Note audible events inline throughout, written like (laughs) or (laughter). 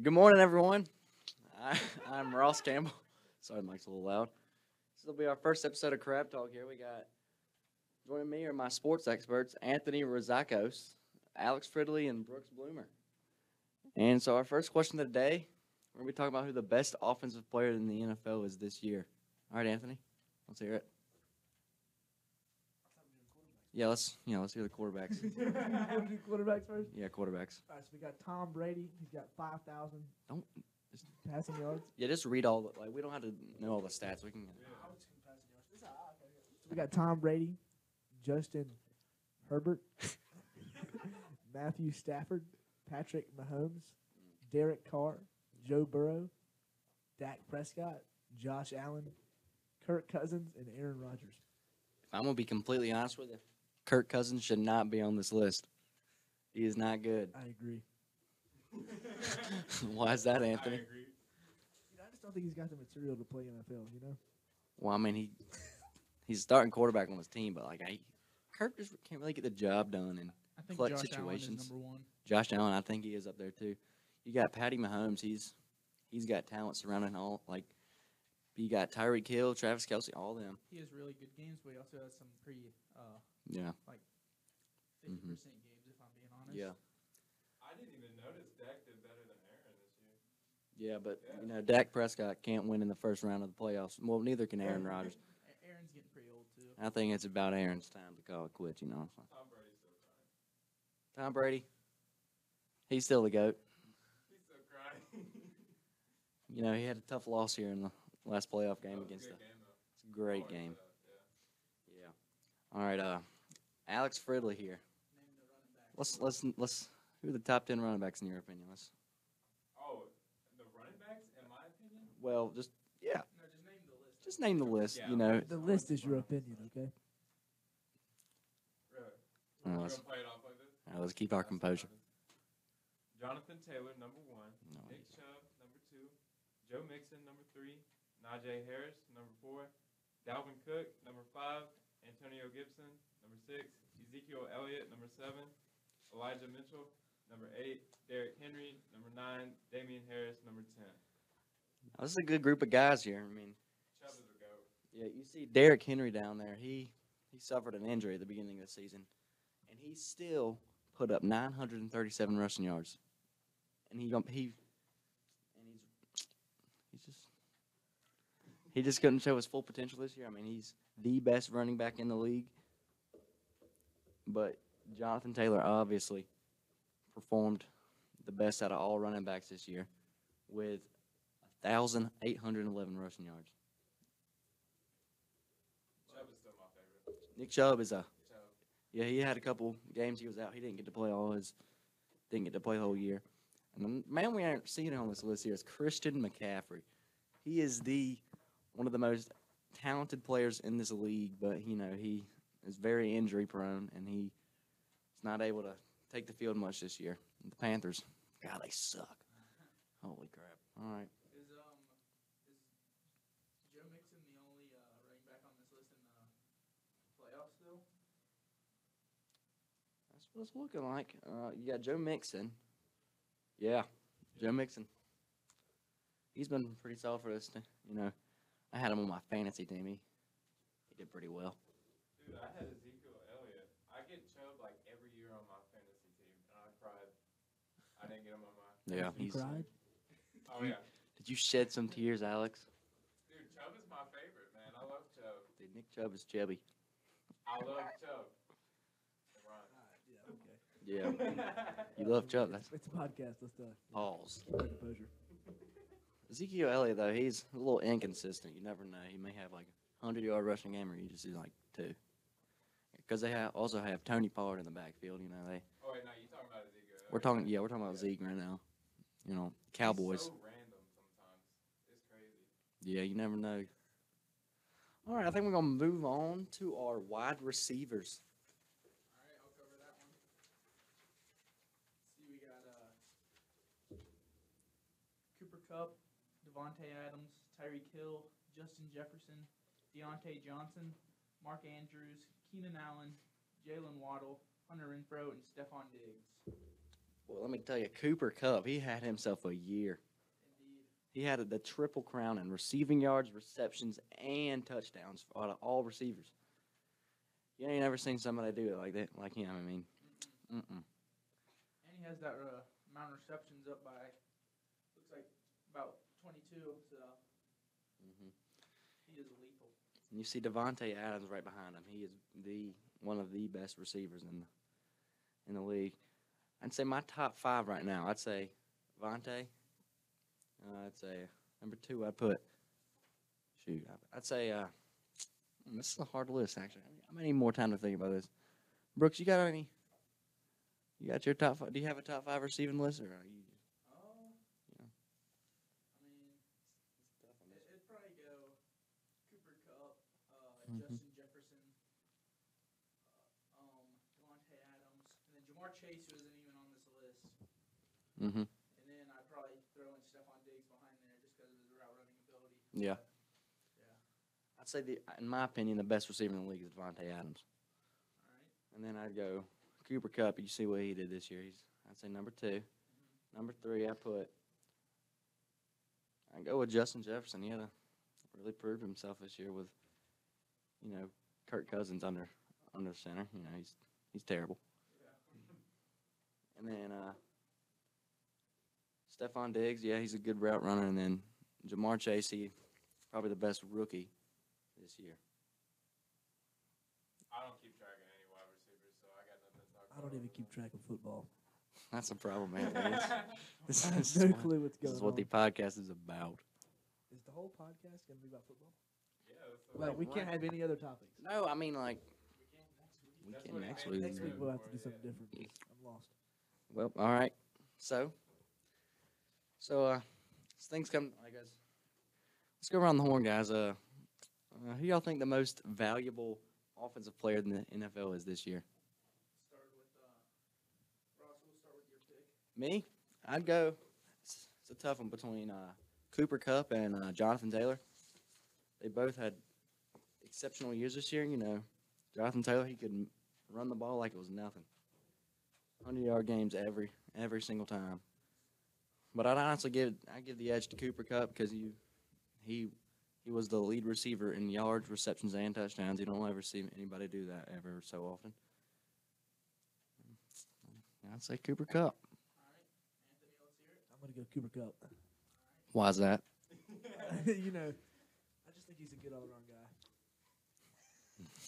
Good morning, everyone. I, (laughs) I'm Ross Campbell. Sorry, the mic's a little loud. This will be our first episode of Crab Talk here. We got joining me are my sports experts, Anthony Rozakos, Alex Fridley, and Brooks Bloomer. And so, our first question of the day we're going to be talking about who the best offensive player in the NFL is this year. All right, Anthony, let's hear it. Yeah, let's you know let's hear the quarterbacks. you want to do quarterbacks first? yeah, quarterbacks. All right, so we got Tom Brady. He's got 5,000 Don't- passing yards. Yeah, just read all the, like we don't have to know all the stats. We can. So we got Tom Brady, Justin Herbert, (laughs) Matthew Stafford, Patrick Mahomes, Derek Carr, Joe Burrow, Dak Prescott, Josh Allen, Kirk Cousins, and Aaron Rodgers. I'm gonna be completely honest with you. Kirk Cousins should not be on this list. He is not good. (laughs) I agree. Why is that, (laughs) Anthony? You know, I just don't think he's got the material to play NFL, you know? Well, I mean he he's starting quarterback on his team, but like I Kirk just can't really get the job done. And I think clutch Josh Allen situations. is number one. Josh Allen, I think he is up there too. You got Patty Mahomes. He's he's got talent surrounding all like. You got Tyreek Hill, Travis Kelsey, all them. He has really good games, but he also has some pretty uh, Yeah, 50% games, if I'm being Mm-hmm. honest. yeah, I didn't even notice Dak did better than Aaron this year. yeah. But you know, Dak Prescott can't win in the first round of the playoffs. Well, neither can Aaron Rodgers. A- Aaron's getting pretty old, too. I think it's about Aaron's time to call it quits, you know. so. Tom Brady's still crying. Tom Brady, he's still the GOAT. He's still crying. You know, he had a tough loss here in the last playoff That game was a against the good game, though. it's a great Always game. good, yeah. Yeah. All right, uh Alex Fridley here. Name the running back. Let's let's let's who are the top ten running backs in your opinion? Let's Oh, the running backs, in my opinion, well just yeah. No, just name the list. Just name the list, Yeah. you know. The list is your opinion, okay? really. Uh, We're let's- gonna play it off like this. All right, let's keep our That's what composure. happens. Jonathan Taylor, number one. No, Nick Chubb, number two. Joe Mixon, number three. Najee Harris, number four. Dalvin Cook, number five. Antonio Gibson, number six. Ezekiel Elliott, number seven. Elijah Mitchell, number eight. Derrick Henry, number nine. Damian Harris, number ten. this is a good group of guys here. I mean, Chubb is a goat. Yeah, you see Derrick Henry down there. He he suffered an injury at the beginning of the season, and he still put up 937 rushing yards. And he don't- he and he's he's just he just couldn't show his full potential this year. I mean, he's the best running back in the league. But Jonathan Taylor obviously performed the best out of all running backs this year with 1,811 rushing yards. Chubb is still my favorite. Nick Chubb is a Chubb. Yeah, he had a couple games he was out. He didn't get to play all his, didn't get to play the whole year. And the man we aren't seeing on this list here is Christian McCaffrey. He is the one of the most talented players in this league, but you know he is very injury prone and he is not able to take the field much this year. The Panthers, God, they suck. Holy crap! All right, Is, um, is Joe Mixon the only uh, running back on this list in the playoffs, though? that's what it's looking like. Uh, you got Joe Mixon. Yeah, Joe Mixon. He's been pretty solid for us. t- You know, I had him on my fantasy team. He, he did pretty well. Dude, I had Ezekiel Elliott. I get Chubb like every year on my fantasy team, and I cried. I didn't get him on my. Yeah, You he's- cried? Oh yeah, Did you shed some tears, Alex? dude, Chubb is my favorite, man. I love Chubb. Dude, Nick Chubb is chubby. I love Chubb. And Ryan. yeah, okay. (laughs) Yeah. Oh, You love Oh. Chubb. That's It's a podcast. Let's uh, balls. keep our composure. Ezekiel Elliott, though, he's a little inconsistent. You never know. He may have like a 100 yard rushing game or you just see like two. Because they have, also have Tony Pollard in the backfield. You know, they Oh wait, no, you talking about Ezekiel? we're Elliott. talking, yeah, we're talking about Zeke right now. You know, Cowboys. He's so random sometimes. It's crazy. Yeah, you never know. All right, I think we're gonna move on to our wide receivers. All right, I'll cover that one. See, we got uh, Cooper Cup, Devontae Adams, Tyreek Hill, Justin Jefferson, Deontay Johnson, Mark Andrews, Keenan Allen, Jalen Waddle, Hunter Renfro, and Stephon Diggs. Well, let me tell you, Cooper Cup, he had himself a year. Indeed. He had the triple crown in receiving yards, receptions, and touchdowns out of all receivers. You ain't never seen somebody do it like that, like him. I mean, Mm-mm. mm-mm. And he has that uh, amount of receptions up by, looks like about 22, so hmm he is lethal. And you see Devonte Adams right behind him. He is the one of the best receivers in the in the league. I'd say my top five right now. I'd say Devonte. Uh, I'd say number two. I put shoot. I- I'd say uh, mm, this is a hard list actually. I may need more time to think about this. Brooks, you got any? You got your top five? Do you have a top five receiving list or are you? Oh. Yeah. I mean, it, it'd probably go Cooper Cup, uh, Mhm. Justin Jefferson, uh, um, Devontae Adams, and then Jamar Chase, who isn't even on this list. Mm-hmm. And then I'd probably throw in Stephon Diggs behind there just because of his route running ability. Yeah. Yeah. I'd say the, in my opinion, the best receiver in the league is Devonte Adams. All right. And then I'd go Cooper Cup. You see what he did this year. He's I'd say number two. Number three, I put. I go with Justin Jefferson. He had a, really proved himself this year with, you know, Kirk Cousins under under center. You know, he's he's terrible. And then uh, Stephon Diggs, yeah, he's a good route runner. And then Jamar Chase, he probably the best rookie this year. (laughs) I don't keep track of any wide receivers, so I got nothing to talk I don't even keep track of football. That's a problem, (laughs) man. This- This, I is (laughs) have (laughs) no what- clue what's this going is what on. the podcast is about. is the whole podcast going to be about football? (laughs) yeah, that's the- Like, we can't have any other topics. No, I mean like we That's can what it next is. week. Next week we'll have to do Yeah. something different. 'cause I'm lost. Well, all right. So, so uh, as things come. I guess let's go around the horn, guys. Uh, uh who y'all think the most valuable offensive player in the NFL is this year? Start with, uh, Ross, we'll start with your pick. Me, I'd go. It's, it's a tough one between uh, Cooper Cup and uh, Jonathan Taylor. They both had exceptional years this year. You know, Jonathan Taylor he could m- run the ball like it was nothing. Hundred yard games every every single time. But I'd honestly give I give the edge to Cooper Cup because you he he was the lead receiver in yards, receptions, and touchdowns. You don't ever see anybody do that ever so often. I'd say Cooper Cup. All right. Anthony, let's (laughs) hear it. (laughs) I'm going to go Cooper Cup. Why's that? you know, I just think he's a good all around guy.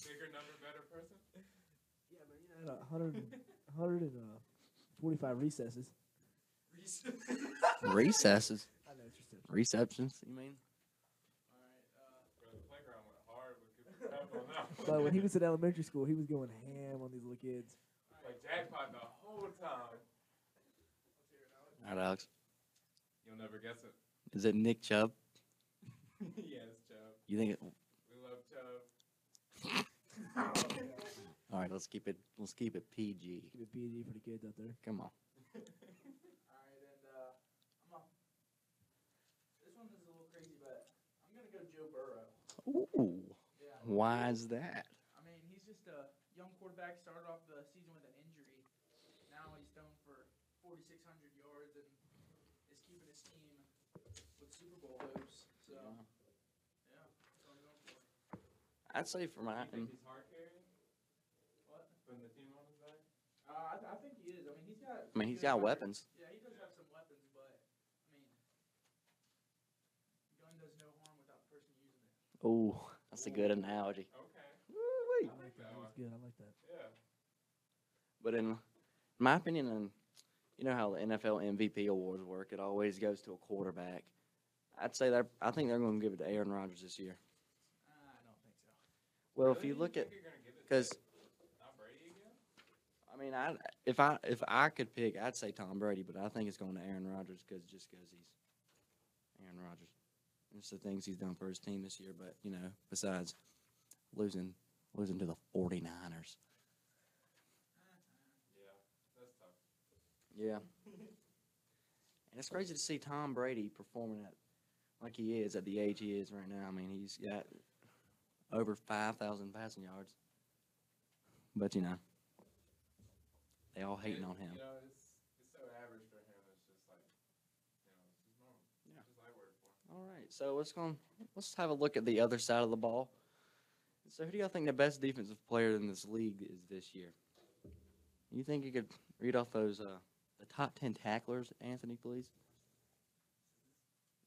Bigger number, better person. Yeah, but you know, had a hundred and- (laughs) a hundred and, uh, 45 recesses. Recesses. I know it's reception. Receptions, you mean? All right. Uh, Bro, the playground went hard with Cooper Cup on (laughs) that one. But when he was in elementary school, he was going ham on these little kids. (laughs) like jackpot the whole time. let's hear it, Alex. All right, Alex. You'll never guess it. (laughs) Is it Nick Chubb? yes, Chubb. You think it? We love Chubb. (laughs) (laughs) All right, let's keep it. Let's keep it PG. Give it PG for the kids out there. Come on. (laughs) All right, and uh, I'm off. This one is a little crazy, but I'm gonna go Joe Burrow. Ooh, Yeah. why is that? I mean, he's just a young quarterback. Started off the season with an injury. Now he's thrown for 4,600 yards and is keeping his team with Super Bowl hopes. So yeah, that's what I'm going for. I'd say for my. You think he's hard carrying? What? Putting the team on his back? Uh, I, th- I think he is. I mean, he's got. I mean, he's good got weapons. weapons. Yeah, he does have some weapons, but I mean, gun does no harm without the person using it. Ooh, that's a good analogy. (laughs) Okay. Woo-wee. I like that That was one. good. I like that. Yeah. But in my opinion, and you know how the NFL MVP awards work, it always goes to a quarterback. I'd say they're. I think they're going to give it to Aaron Rodgers this year. Uh, I don't think (laughs) so. Well, if Really? you look at think you're gonna give it to because Tom Brady again? I mean, I if I if I could pick, I'd say Tom Brady, but I think it's going to Aaron Rodgers because just because he's Aaron Rodgers. And It's the things he's done for his team this year, but you know, besides losing losing to the 49ers. Um, Yeah. That's tough. Yeah. And it's crazy to see Tom Brady performing at like he is at the age he is right now. I mean, he's got over 5,000 passing yards. But you know, they all hating It- on him. You know, it's, it's so All right, so let's go. Let's have a look at the other side of the ball. So, who do y'all think the best defensive player in this league is this year? You think you could read off those uh, the top ten tacklers, Anthony, please?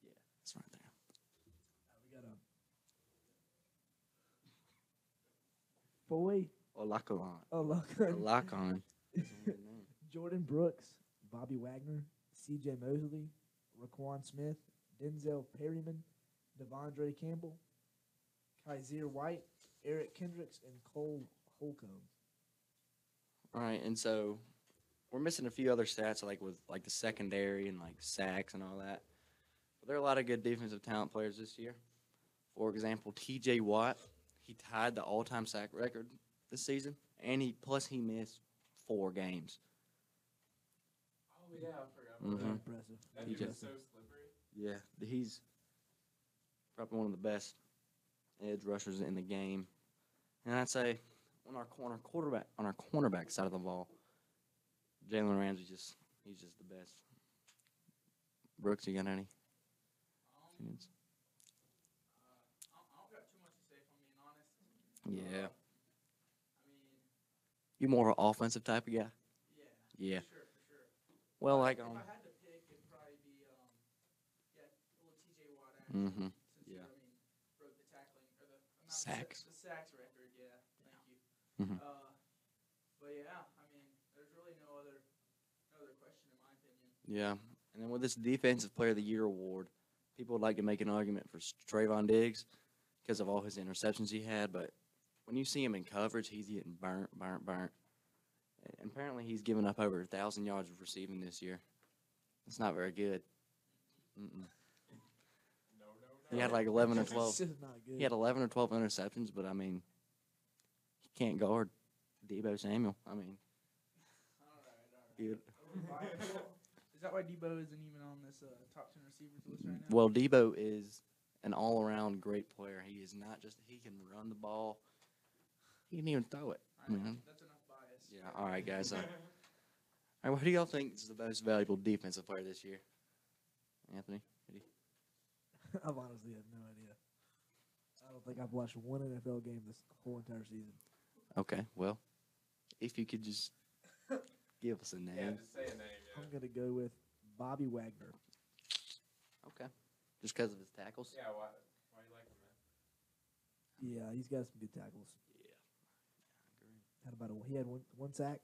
Yeah, it's right there. Uh, we got a boy Oh, Olakuan. Olakun, (laughs) Olakuan. That's a weird name. Jordan Brooks, Bobby Wagner, C.J. Mosley, Raquan Smith, Denzel Perryman, Devondre Campbell, Kaiser White, Eric Kendricks, and Cole Holcomb. All right, and so we're missing a few other stats like with like the secondary and like sacks and all that. But there are a lot of good defensive talent players this year. For example, T.J. Watt, he tied the all-time sack record this season, and he plus he missed four games. Oh yeah, I forgot. Mhm. about that. Impressive. That He dude is just- so slippery. Yeah, he's probably one of the best edge rushers in the game. And I'd say on our corner quarterback on our cornerback side of the ball, Jalen Ramsey just he's just the best. Brooks, you got any Um, opinions? uh, I, I don't got too much to say, if I'm being honest. Yeah. Uh, I mean, You more of an offensive type of guy? yeah. Yeah. For sure, for sure. Well, like if um, I had to pick, it'd probably be um, yeah, little T.J. Watt actually, Mhm, since yeah. he, I mean, broke the tackling or the not the Sacks. The sacks record, yeah. Thank you. Mhm. Uh, but yeah, I mean, there's really no other, no other question in my opinion. yeah. And then with this Defensive Player of the Year award, people would like to make an argument for S- Trayvon Diggs because of all his interceptions he had. But when you see him in coverage, he's getting burnt, burnt, burnt. A- And apparently, he's given up over a thousand yards of receiving this year. It's not very good. Mm-mm. No, no, no. He had like eleven or twelve. This is not good. He (laughs) had eleven or twelve interceptions, but I mean, he can't guard Debo Samuel. I mean, All right, all right. dude. (laughs) Overviable. Is that why Debo isn't even on this uh, top ten receivers list right now? Well, Debo is an all-around great player. He is not just he can run the ball. He can even throw it. I know, Mhm. that's enough bias. Yeah. All right, guys. Uh, all right, well, who do y'all think is the most valuable defensive player this year? Anthony. I honestly have no idea. I don't think I've watched one NFL game this whole entire season. Okay. Well, if you could (laughs) just give us a name. (laughs) yeah, just say a name. Yeah. I'm gonna go with Bobby Wagner. Okay. Just because of his tackles. Yeah, why, why you like him, man? Yeah, he's got some good tackles. Yeah. Had about a, he had one one sack.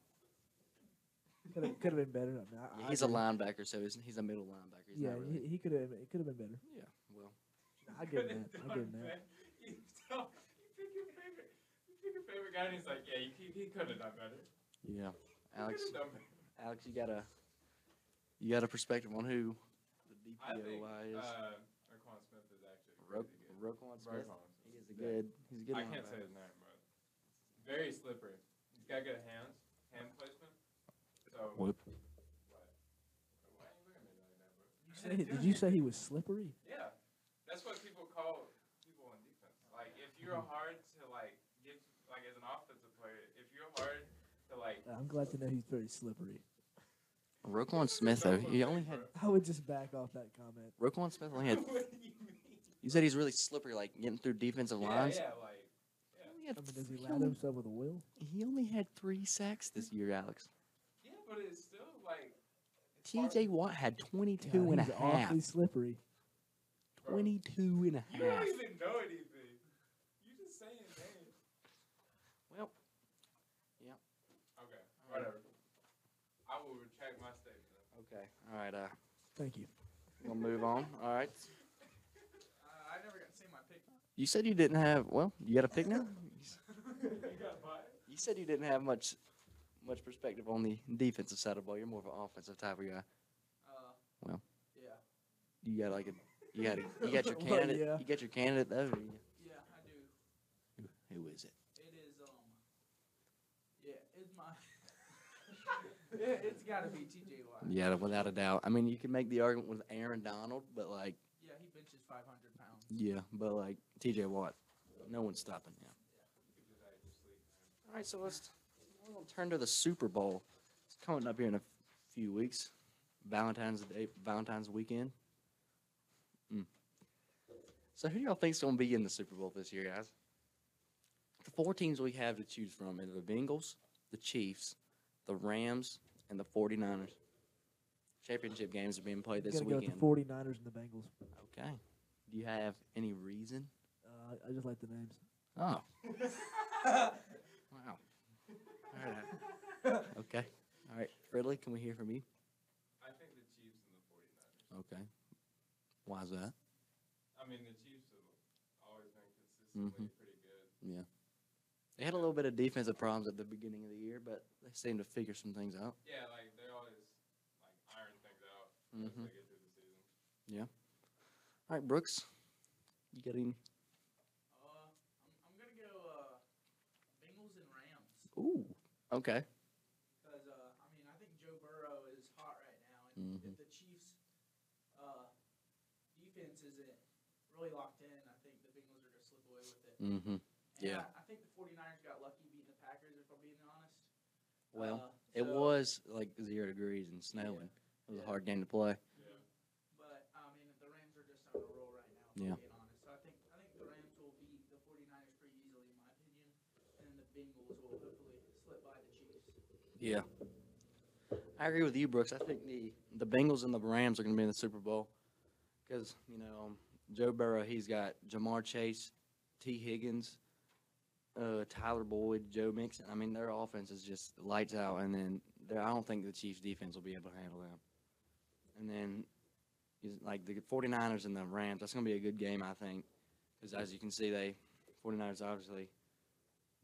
Could have could have been better. I mean, I, Yeah, I he's a agree. linebacker, so he's, he's a middle linebacker. He's yeah, not really. he, he could have it could have been better. (laughs) yeah. Well. No, (laughs) I give him that. I (laughs) give him that. You, tell- you pick your favorite. You pick your favorite guy, and he's like, yeah, you, he, he could have done better. Yeah. He Alex. coulda done better. Alex, you got a you got a perspective on who the I think DPOY is? uh, Raquan Smith is actually Ro- pretty good. Roquan Smith. Roquan He is a Smith. good. He's a good. I can't linebacker. say his name, but very slippery. He's got good hands, hand placement. So Whoop. what? Why are you looking at me like that, bro? Hey, You did you say he was slippery? Yeah, that's what people call people on defense. Like, if you're Mm-hmm. hard to like give, like as an offensive player, if you're hard to like, Uh, I'm glad to know he's very slippery. Roquan Smith though. He only had I would just back off that comment. Roquan Smith only had. (laughs) what do you mean? You said he's really slippery, like getting through defensive Yeah, lines. yeah, like He only had I mean, does he three- lather himself with a will? he only had three sacks this year, Alex. yeah, but it's still like it's T.J. Watt had God, 22 and a he's half. awfully slippery. hard- bro, 22 and a You don't half. even know anything. You just saying names. Well, yeah. Okay, whatever. I will retract my statement. Okay. All right. Uh, Thank you. we'll move on. All right. Uh, I never got to say my pick. You said you didn't have. Well, you got a pick (laughs) now. (laughs) you got fired. You said you didn't have much much perspective on the defensive side of the ball. You're more of an offensive type of guy. Uh, Well. Yeah, You got like a you got a, you got your (laughs) Well, candidate. yeah. You got your candidate though. do you? yeah, I do. Who is it? It is um. Yeah, it's my. (laughs) it, it's gotta be T.J. Watt. Yeah, without a doubt. I mean, you can make the argument with Aaron Donald, but like Yeah, he benches 500 pounds. yeah, but like T.J. Watt, no one's stopping him. All right, so let's we're gonna turn to the Super Bowl. It's coming up here in a few weeks. Valentine's Day, Valentine's weekend. Mm. So who do y'all think's going to be in the Super Bowl this year, guys? The four teams we have to choose from are the Bengals, the Chiefs, the Rams, and the 49ers. Championship games are being played this gonna go with weekend. the 49ers and the Bengals. Okay. Do you have any reason? Uh, I just like the names. Oh, (laughs) wow. All right. Okay. All right. Ridley, can we hear from you? I think the Chiefs and the 49ers. Okay. Why's that? I mean, the Chiefs have always been Mm-hmm. consistently pretty good. They had a little bit of defensive problems at the beginning of the year, but they seem to figure some things out. Yeah, like they always like iron things out as Mm-hmm. Mhm. they get through the season. All right, Brooks. You getting? Uh, I'm, I'm gonna go uh, Bengals and Rams Ooh. Okay. because uh, I mean I think Joe Burrow is hot right now, and Mhm. if the Chiefs' uh, defense isn't really locked in, I think the Bengals are gonna slip away with it. Mm-hmm. And Yeah. I, I think the 49ers got lucky beating the Packers, if I'm being honest. Well, Uh, It so- was like zero degrees and snowing. It was a Yeah. hard game to play. Yeah. But I mean, the Rams are just on a roll right now. If Yeah. I'm being honest, so I think I think the Rams will beat the 49ers pretty easily, in my opinion, and the Bengals will hopefully slip by the Chiefs. Yeah. I agree with you, Brooks. I think the, the Bengals and the Rams are going to be in the Super Bowl because, you know, um, Joe Burrow, he's got Jamar Chase, T. Higgins, uh, Tyler Boyd, Joe Mixon. I mean, their offense is just lights out, and then there- I don't think the Chiefs' defense will be able to handle them. And then, is- like, the 49ers and the Rams, that's going to be a good game, I think, because as you can see, they 49ers obviously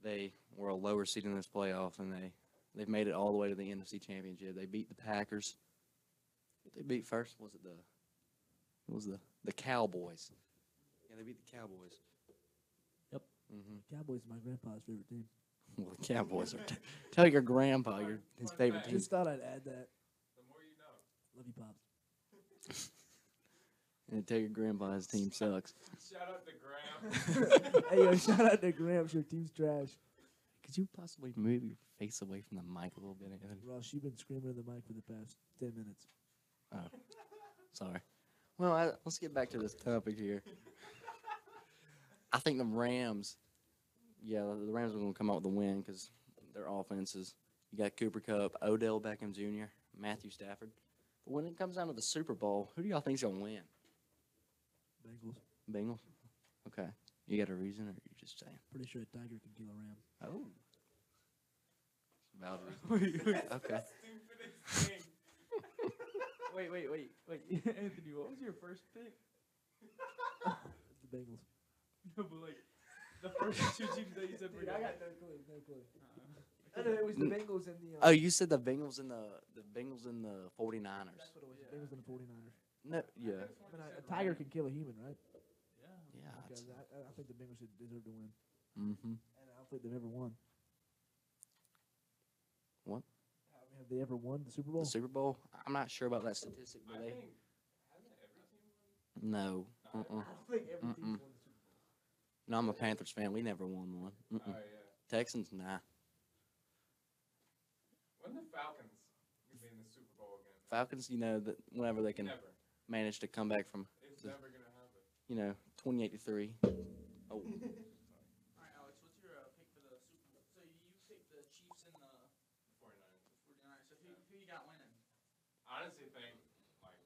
they were a lower seed in this playoff, and they They've made it all the way to the NFC Championship. They beat the Packers. Who'd They beat first. Was it the? It was the the Cowboys. Yeah, they beat the Cowboys. Yep. hmm Cowboys are my grandpa's favorite team. (laughs) Well, the Cowboys are. tell your grandpa your his Fun favorite fact. (laughs) team. Just thought I'd add that. The more you know. Love you, pops. And tell your grandpa his team sucks. Shout out to Graham. (laughs) hey, yo, shout out to Gramps. Your team's trash. Could you possibly move your face away from the mic a little bit? Anthony? Ross, you've been screaming in the mic for the past 10 minutes. Sorry. Well, I, let's get back to this topic (laughs) here. I think the Rams, yeah, the the Rams are going to come out with a win because their offense is. You got Cooper Cup, Odell Beckham Jr., Matthew Stafford. But when it comes down to the Super Bowl, who do y'all think's going to win? Bengals. Bengals. Okay. You got a reason, or you just saying? Pretty sure a tiger can kill a ram. Oh. Valid reason. (laughs) okay. Stupidest thing. Wait, wait, wait, wait, (laughs) Anthony, what was your first pick? The Bengals. No, but like the first two teams that you said were. no clue. No clue. No, no, it was the Mm. Bengals and the. uh, Oh, you said the Bengals and the the Bengals and the 49ers. That's what it was. Yeah. The Bengals and the 49ers. No, yeah, But a, a tiger can kill a human, right? Yeah. yeah. Okay, I, I- I think the Bengals should deserve to win. Mm-hmm. And I don't think they've ever won. What? I mean, have they ever won the Super The Bowl? Super Bowl. I'm not sure about that statistic, I but they think hasn't every team won? no. No, Uh-uh. don't think every Mm-mm. won the Super Bowl. No, I'm a Panthers fan. We never won one. Oh Mm-mm. yeah. Texans, nah. When the Falcons gonna be in the Super Bowl again? Falcons, you know that whenever they can Never. manage to come back from It's the- never gonna happen. you know 28 to three. Oh, All right, Alex, what's your uh, pick for the Super Bowl? So you picked the Chiefs and the 49ers. 49ers. So who, who you got winning? honestly think like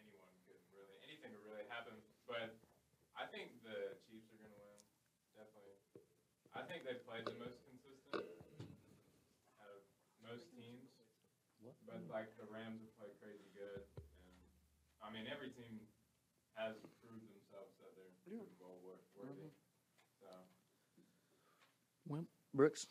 anyone could really anything could really happen, but I think the Chiefs are gonna win. Definitely. I think they played the most consistent out of most teams. What? But like the Rams have played crazy good and I mean every team has proved themselves that they're Yeah. Super Bowl wor- worthy. So Brooks.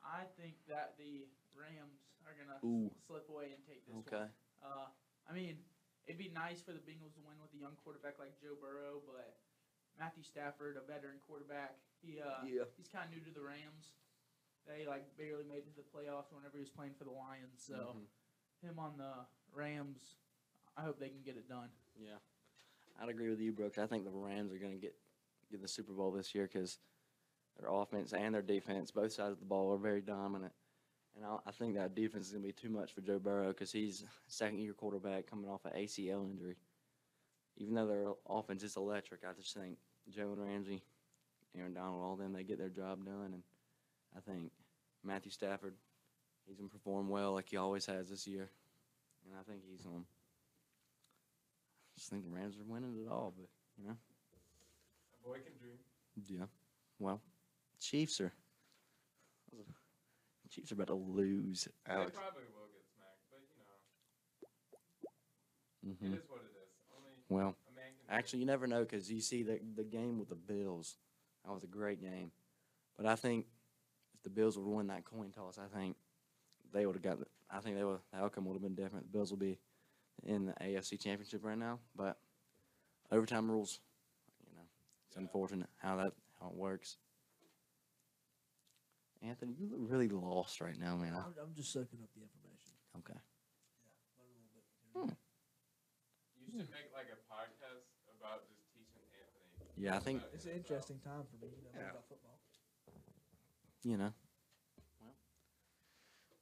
I think that the Rams are gonna s- Ooh. slip away and take this Okay. one. Uh, I mean, it'd be nice for the Bengals to win with a young quarterback like Joe Burrow, but Matthew Stafford, a veteran quarterback, he uh, Yeah. he's kind of new to the Rams. They like barely made it to the playoffs whenever he was playing for the Lions. So Mhm. him on the Rams, I hope they can get it done. Yeah. I'd agree with you, Brooks. I think the Rams are going to get get the Super Bowl this year because their offense and their defense, both sides of the ball, are very dominant. And I, I think that defense is going to (laughs) be too much for Joe Burrow because he's second year quarterback coming off an ACL injury. even though their offense is electric, I just think Jalen Ramsey, Aaron Donald, all them, they get their job done. And I think Matthew Stafford, he's going to perform well like he always has this year. And I think he's um I just think the Rams are winning it all, but A boy can dream. yeah. Well, Chiefs are Chiefs are about to lose, Alex. They probably will get smacked, but you know, hmm it is what it is. Only Well, a man can. dream. Actually, you never know because you see the the game with the Bills. That was a great game, but I think if the Bills would win that coin toss, I think they would have got. the- I think they would. The outcome would have been different. The Bills will be in the AFC Championship right now, but overtime rules. You know, it's Yeah. unfortunate how that how it works. Anthony, you look really lost right now, man. I'm, I'm just soaking up the information. Okay. Yeah, learn a little Hmm. bit. You Hmm. should make like a podcast about just teaching Anthony. Yeah, I think about It's NFL. an interesting time for me. You know, Yeah. about football. you know. Well,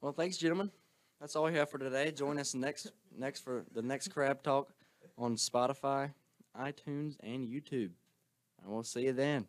well, thanks, gentlemen. That's all we have for today. Join us next next for the next Crab Talk on Spotify, iTunes, and YouTube. And we'll see you then.